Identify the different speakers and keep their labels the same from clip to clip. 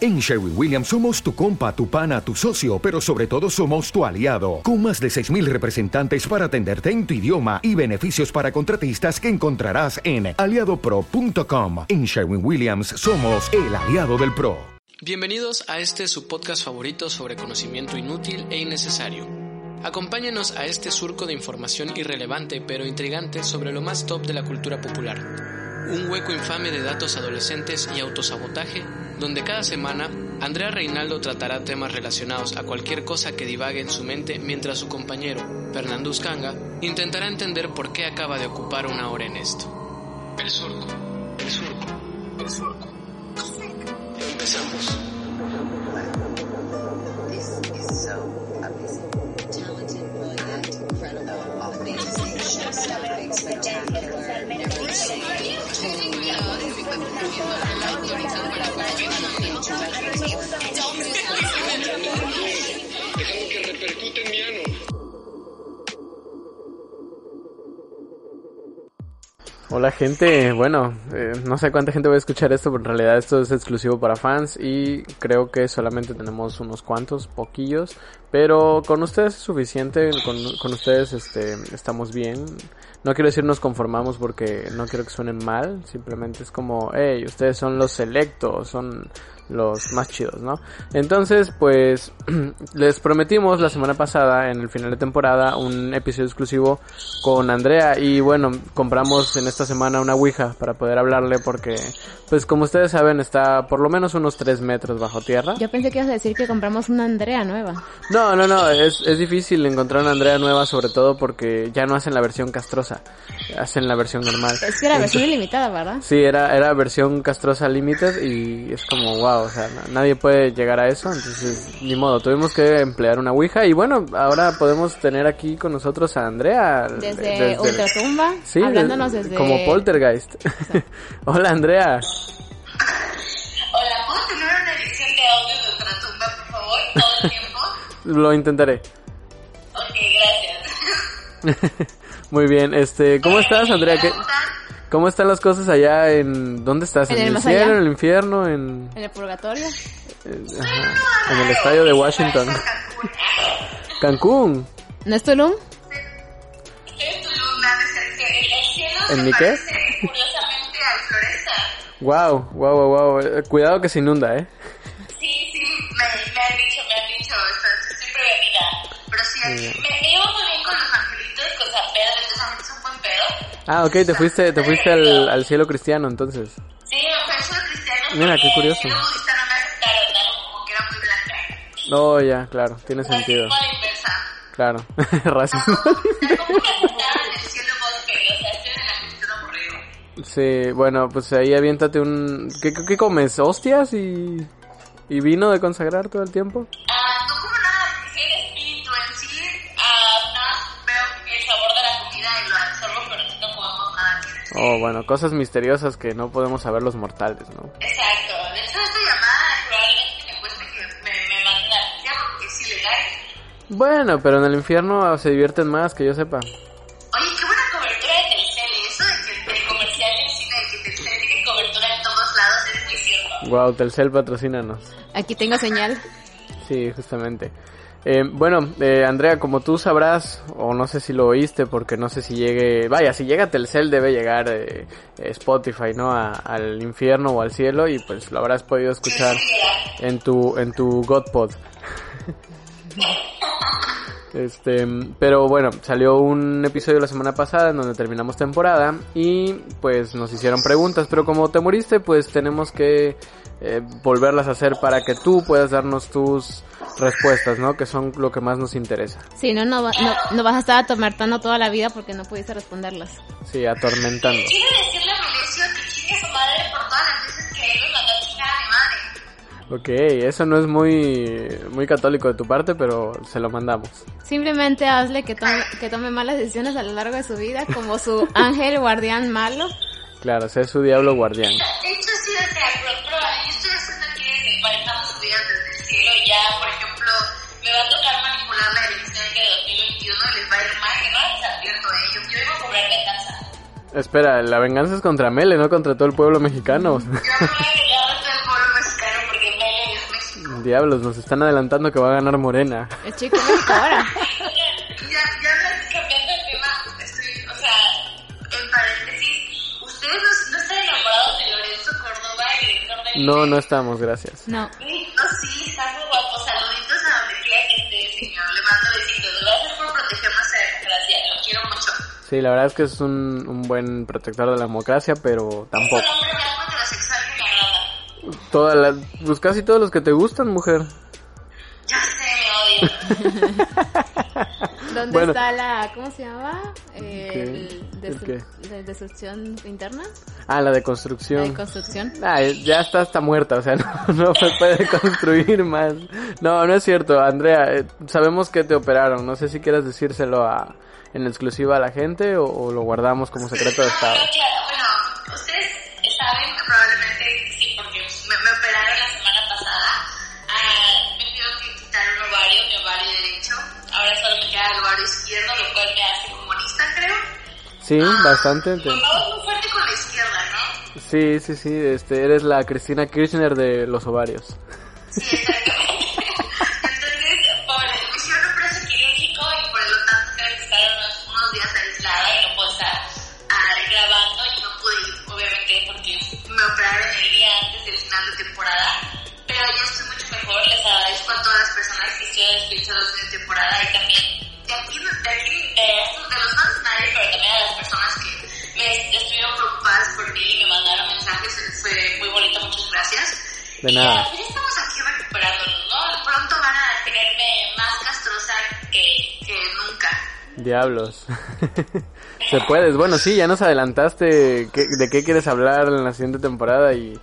Speaker 1: En Sherwin Williams somos tu compa, tu pana, tu socio, pero sobre todo somos tu aliado, con más de 6.000 representantes para atenderte en tu idioma y beneficios para contratistas que encontrarás en aliadopro.com. En Sherwin Williams somos el aliado del PRO.
Speaker 2: Bienvenidos a este su podcast favorito sobre conocimiento inútil e innecesario. Acompáñenos a este surco de información irrelevante pero intrigante sobre lo más top de la cultura popular un hueco infame de datos adolescentes y autosabotaje, donde cada semana Andrea Reinaldo tratará temas relacionados a cualquier cosa que divague en su mente mientras su compañero, Fernando Uscanga, intentará entender por qué acaba de ocupar una hora en esto. El surco, el surco, el surco. Empezamos.
Speaker 3: Hola gente, bueno, eh, no sé cuánta gente va a escuchar esto, pero en realidad esto es exclusivo para fans y creo que solamente tenemos unos cuantos, poquillos, pero con ustedes es suficiente, con, con ustedes este, estamos bien. No quiero decir nos conformamos porque no quiero que suenen mal, simplemente es como, hey, ustedes son los selectos, son los más chidos, ¿no? Entonces, pues les prometimos la semana pasada, en el final de temporada, un episodio exclusivo con Andrea y bueno, compramos en esta semana una Ouija para poder hablarle porque, pues como ustedes saben, está por lo menos unos 3 metros bajo tierra.
Speaker 4: Yo pensé que ibas a decir que compramos una Andrea nueva.
Speaker 3: No, no, no, es, es difícil encontrar una Andrea nueva sobre todo porque ya no hacen la versión castrosa, hacen la versión normal.
Speaker 4: Es que era versión ilimitada, ¿verdad?
Speaker 3: Sí, era, era versión castrosa limited y es como, wow o sea, nadie puede llegar a eso, entonces ni modo, tuvimos que emplear una Ouija y bueno, ahora podemos tener aquí con nosotros a Andrea.
Speaker 4: Desde, desde Ultratumba, sí, hablándonos desde...
Speaker 3: Como Poltergeist. O sea. Hola Andrea.
Speaker 5: Hola, ¿puedo tener una edición de audio de Ultratumba, por favor, todo el tiempo?
Speaker 3: Lo intentaré.
Speaker 5: Ok, gracias.
Speaker 3: Muy bien, este, ¿cómo eh, estás Andrea? ¿Qué... ¿Cómo están las cosas allá en... ¿Dónde estás? ¿En,
Speaker 4: ¿En el,
Speaker 3: el cielo? Allá? ¿En el infierno? ¿En,
Speaker 4: ¿En el purgatorio?
Speaker 3: En, ajá, en el estadio de Washington. Cancún.
Speaker 4: ¿No es Tulum?
Speaker 3: ¿En mi qué? Wow, wow, wow, wow. Eh, Cuidado que se inunda, ¿eh?
Speaker 5: Sí, sí, me, me han dicho, me han dicho. Estoy prevenida. Pero sí, aquí, me, me llevo muy bien con los angelitos, con San Pedro, los angelitos son buen pedo.
Speaker 3: Ah, ok, te fuiste, te fuiste al, al cielo cristiano entonces.
Speaker 5: Sí, me fui al cielo cristiano.
Speaker 3: Mira, qué curioso.
Speaker 5: No me gustaron, me aceptaron, ¿no? Como que era muy blanca.
Speaker 3: No, Oh, ya, claro, tiene sentido.
Speaker 5: Racismo a la inversa.
Speaker 3: Claro, racismo.
Speaker 5: ¿Cómo que aceptaron el cielo gospel? O sea, estoy en la actitud aburrido.
Speaker 3: Sí, bueno, pues ahí aviéntate un... ¿Qué, qué comes? ¿Hostias y, y vino de consagrar todo el tiempo?
Speaker 5: Ah, no como nada, porque el espíritu en sí, ah, nada, veo el sabor de la comida y lo absorbo, pero no comemos nada.
Speaker 3: Oh, bueno, cosas misteriosas que no podemos saber los mortales, ¿no?
Speaker 5: Exacto. De hecho, esta llamada probablemente me cueste que me, me manden al infierno porque es ilegal.
Speaker 3: Bueno, pero en el infierno se divierten más, que yo sepa.
Speaker 5: Oye, qué buena cobertura de Telcel. Eso de que el comercial del cine de que Telcel tiene cobertura en todos lados es muy cierto.
Speaker 3: Wow, Telcel, patrocínanos.
Speaker 4: Aquí tengo señal.
Speaker 3: Sí, justamente. Eh, bueno, eh, Andrea, como tú sabrás, o no sé si lo oíste, porque no sé si llegue, vaya, si llega Telcel debe llegar eh, Spotify, ¿no? A, al infierno o al cielo y pues lo habrás podido escuchar en tu, en tu Godpod. Este, pero bueno, salió un episodio la semana pasada en donde terminamos temporada y pues nos hicieron preguntas, pero como te moriste, pues tenemos que eh, volverlas a hacer para que tú puedas darnos tus respuestas, ¿no? Que son lo que más nos interesa.
Speaker 4: Sí, no, no, no, no vas a estar atormentando toda la vida porque no pudiste responderlas.
Speaker 3: Sí, atormentando.
Speaker 5: Quiero decirle a Mauricio que chingue su madre por todas las veces que él me mandó a chingar a mi madre.
Speaker 3: Ok, eso no es muy, muy católico de tu parte, pero se lo mandamos.
Speaker 4: Simplemente hazle que tome, que tome malas decisiones a lo largo de su vida, como su ángel guardián malo.
Speaker 3: Claro, sé su diablo guardián.
Speaker 5: De hecho, sí, o sea, pero, pero yo estoy haciendo que parezcamos subidas desde el cielo y ya, por ejemplo, me va a tocar manipular la elección de 2021 y les va a ir mal, que no les advierto a ellos. Yo iba a cobrar venganza.
Speaker 3: Espera, la venganza es contra Mele, no contra todo el pueblo mexicano.
Speaker 5: Yo no me he peleado todo el pueblo mexicano porque Mele
Speaker 3: Diablos, nos están adelantando que va a ganar Morena.
Speaker 4: Es chico México ahora.
Speaker 5: Ya, ya no- cambiando de tema, estoy, o sea, en paréntesis, ¿ustedes no, no están enamorados de Lorenzo Córdoba y de Carmen
Speaker 3: No, no estamos, gracias.
Speaker 4: No.
Speaker 5: No, sí, está muy guapo. Saluditos a donde quiera que esté, señor. Le mando besitos. Gracias por proteger nuestra democracia. Lo quiero mucho.
Speaker 3: Sí, la verdad es que es un, un buen protector de la democracia, pero
Speaker 5: Es
Speaker 3: tampoco.
Speaker 5: un hombre blanco heterosexual que me agrada.
Speaker 3: Toda la, pues casi todos los que te gustan, mujer.
Speaker 5: Ya sé, me odio.
Speaker 4: ¿Dónde
Speaker 3: Bueno.
Speaker 4: está la. ¿Cómo se llama? Eh,
Speaker 3: ¿Qué?
Speaker 4: el
Speaker 3: ¿El
Speaker 4: destru- de destrucción interna.
Speaker 3: Ah, la de
Speaker 4: La
Speaker 3: construcción.
Speaker 4: de construcción.
Speaker 3: Ah, ya está hasta muerta, o sea, no, no se puede construir más. No, no es cierto, Andrea, eh, sabemos que te operaron, no sé si quieras decírselo a, en exclusiva a la gente o, o lo guardamos como secreto de Estado.
Speaker 5: No, claro, bueno, ustedes saben, probablemente sí, porque me, me operaron la semana pasada. Ah, me tuvieron que quitar un ovario, mi ovario derecho. Ahora solo me queda el ovario izquierdo, lo cual me hace comunista, creo.
Speaker 3: Sí, bastante. te-
Speaker 5: Nos vamos muy fuerte con la izquierda, ¿no?
Speaker 3: Sí, sí, sí, este, eres la Cristina Kirchner de los ovarios.
Speaker 5: Sí, exactamente. Entonces, por el juicio no preso quirúrgico y por lo tanto tengo que estar unos, unos días aislada y no puedo estar ah, grabando y no pude ir, obviamente, porque me operaron el día antes del final de temporada. Pero yo estoy mucho mejor, les agradezco a todas las personas que estuvieron escuchando de temporada y también de aquí, de aquí, de, estos- de los fans nadie, pero también a las personas que me estuvieron preocupadas por mí y me mandaron mensajes, fue muy bonito, muchas gracias.
Speaker 3: De nada.
Speaker 5: Ya, ya estamos aquí recuperándonos, ¿no? Pronto van a tenerme más castrosa que, que nunca.
Speaker 3: Diablos. Se puedes. Bueno, sí, ya nos adelantaste qué- de qué quieres hablar en la siguiente temporada y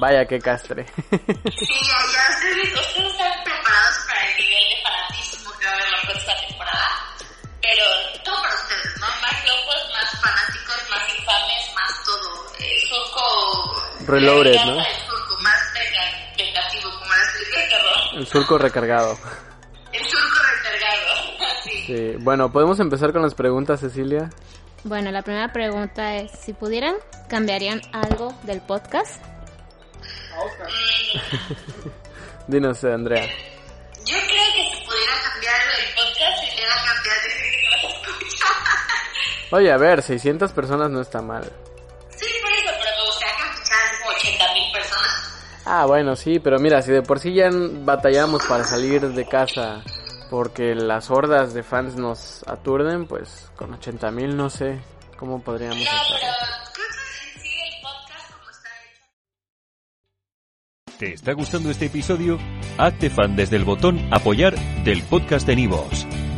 Speaker 3: vaya qué castre.
Speaker 5: Sí, ya, ya ustedes, ustedes están preparados para el nivel de fanatismo que va a haber la próxima temporada. Pero todo para ustedes, ¿no? Más locos, más fanáticos, más infames, más todo. Eh, surco...
Speaker 3: Reloaded,
Speaker 5: la venganza
Speaker 3: ¿no?
Speaker 5: del surco, más venga- vengativo, como las películas de terror.
Speaker 3: El surco recargado.
Speaker 5: El surco recargado, así.
Speaker 3: Sí, Bueno, podemos empezar con las preguntas, Cecilia.
Speaker 4: Bueno, la primera pregunta es: si pudieran, ¿cambiarían algo del podcast?
Speaker 5: Mm,
Speaker 3: Dinos, eh, Andrea.
Speaker 5: Yo creo que si pudiera cambiar el podcast, sería la cantidad de gente que nos escucha.
Speaker 3: Oye, a ver, 600 personas no está mal.
Speaker 5: sí, por eso, pero me gustaría que escucharan como 80 mil personas.
Speaker 3: Ah, bueno, sí, pero mira, si de por sí ya batallamos para salir de casa porque las hordas de fans nos aturden, pues con 80 mil no sé cómo podríamos
Speaker 5: No, pero
Speaker 3: estar.
Speaker 5: creo que en sí el podcast como está hecho.
Speaker 6: ¿Te está gustando este episodio? Hazte fan desde el botón Apoyar del podcast de Nivos.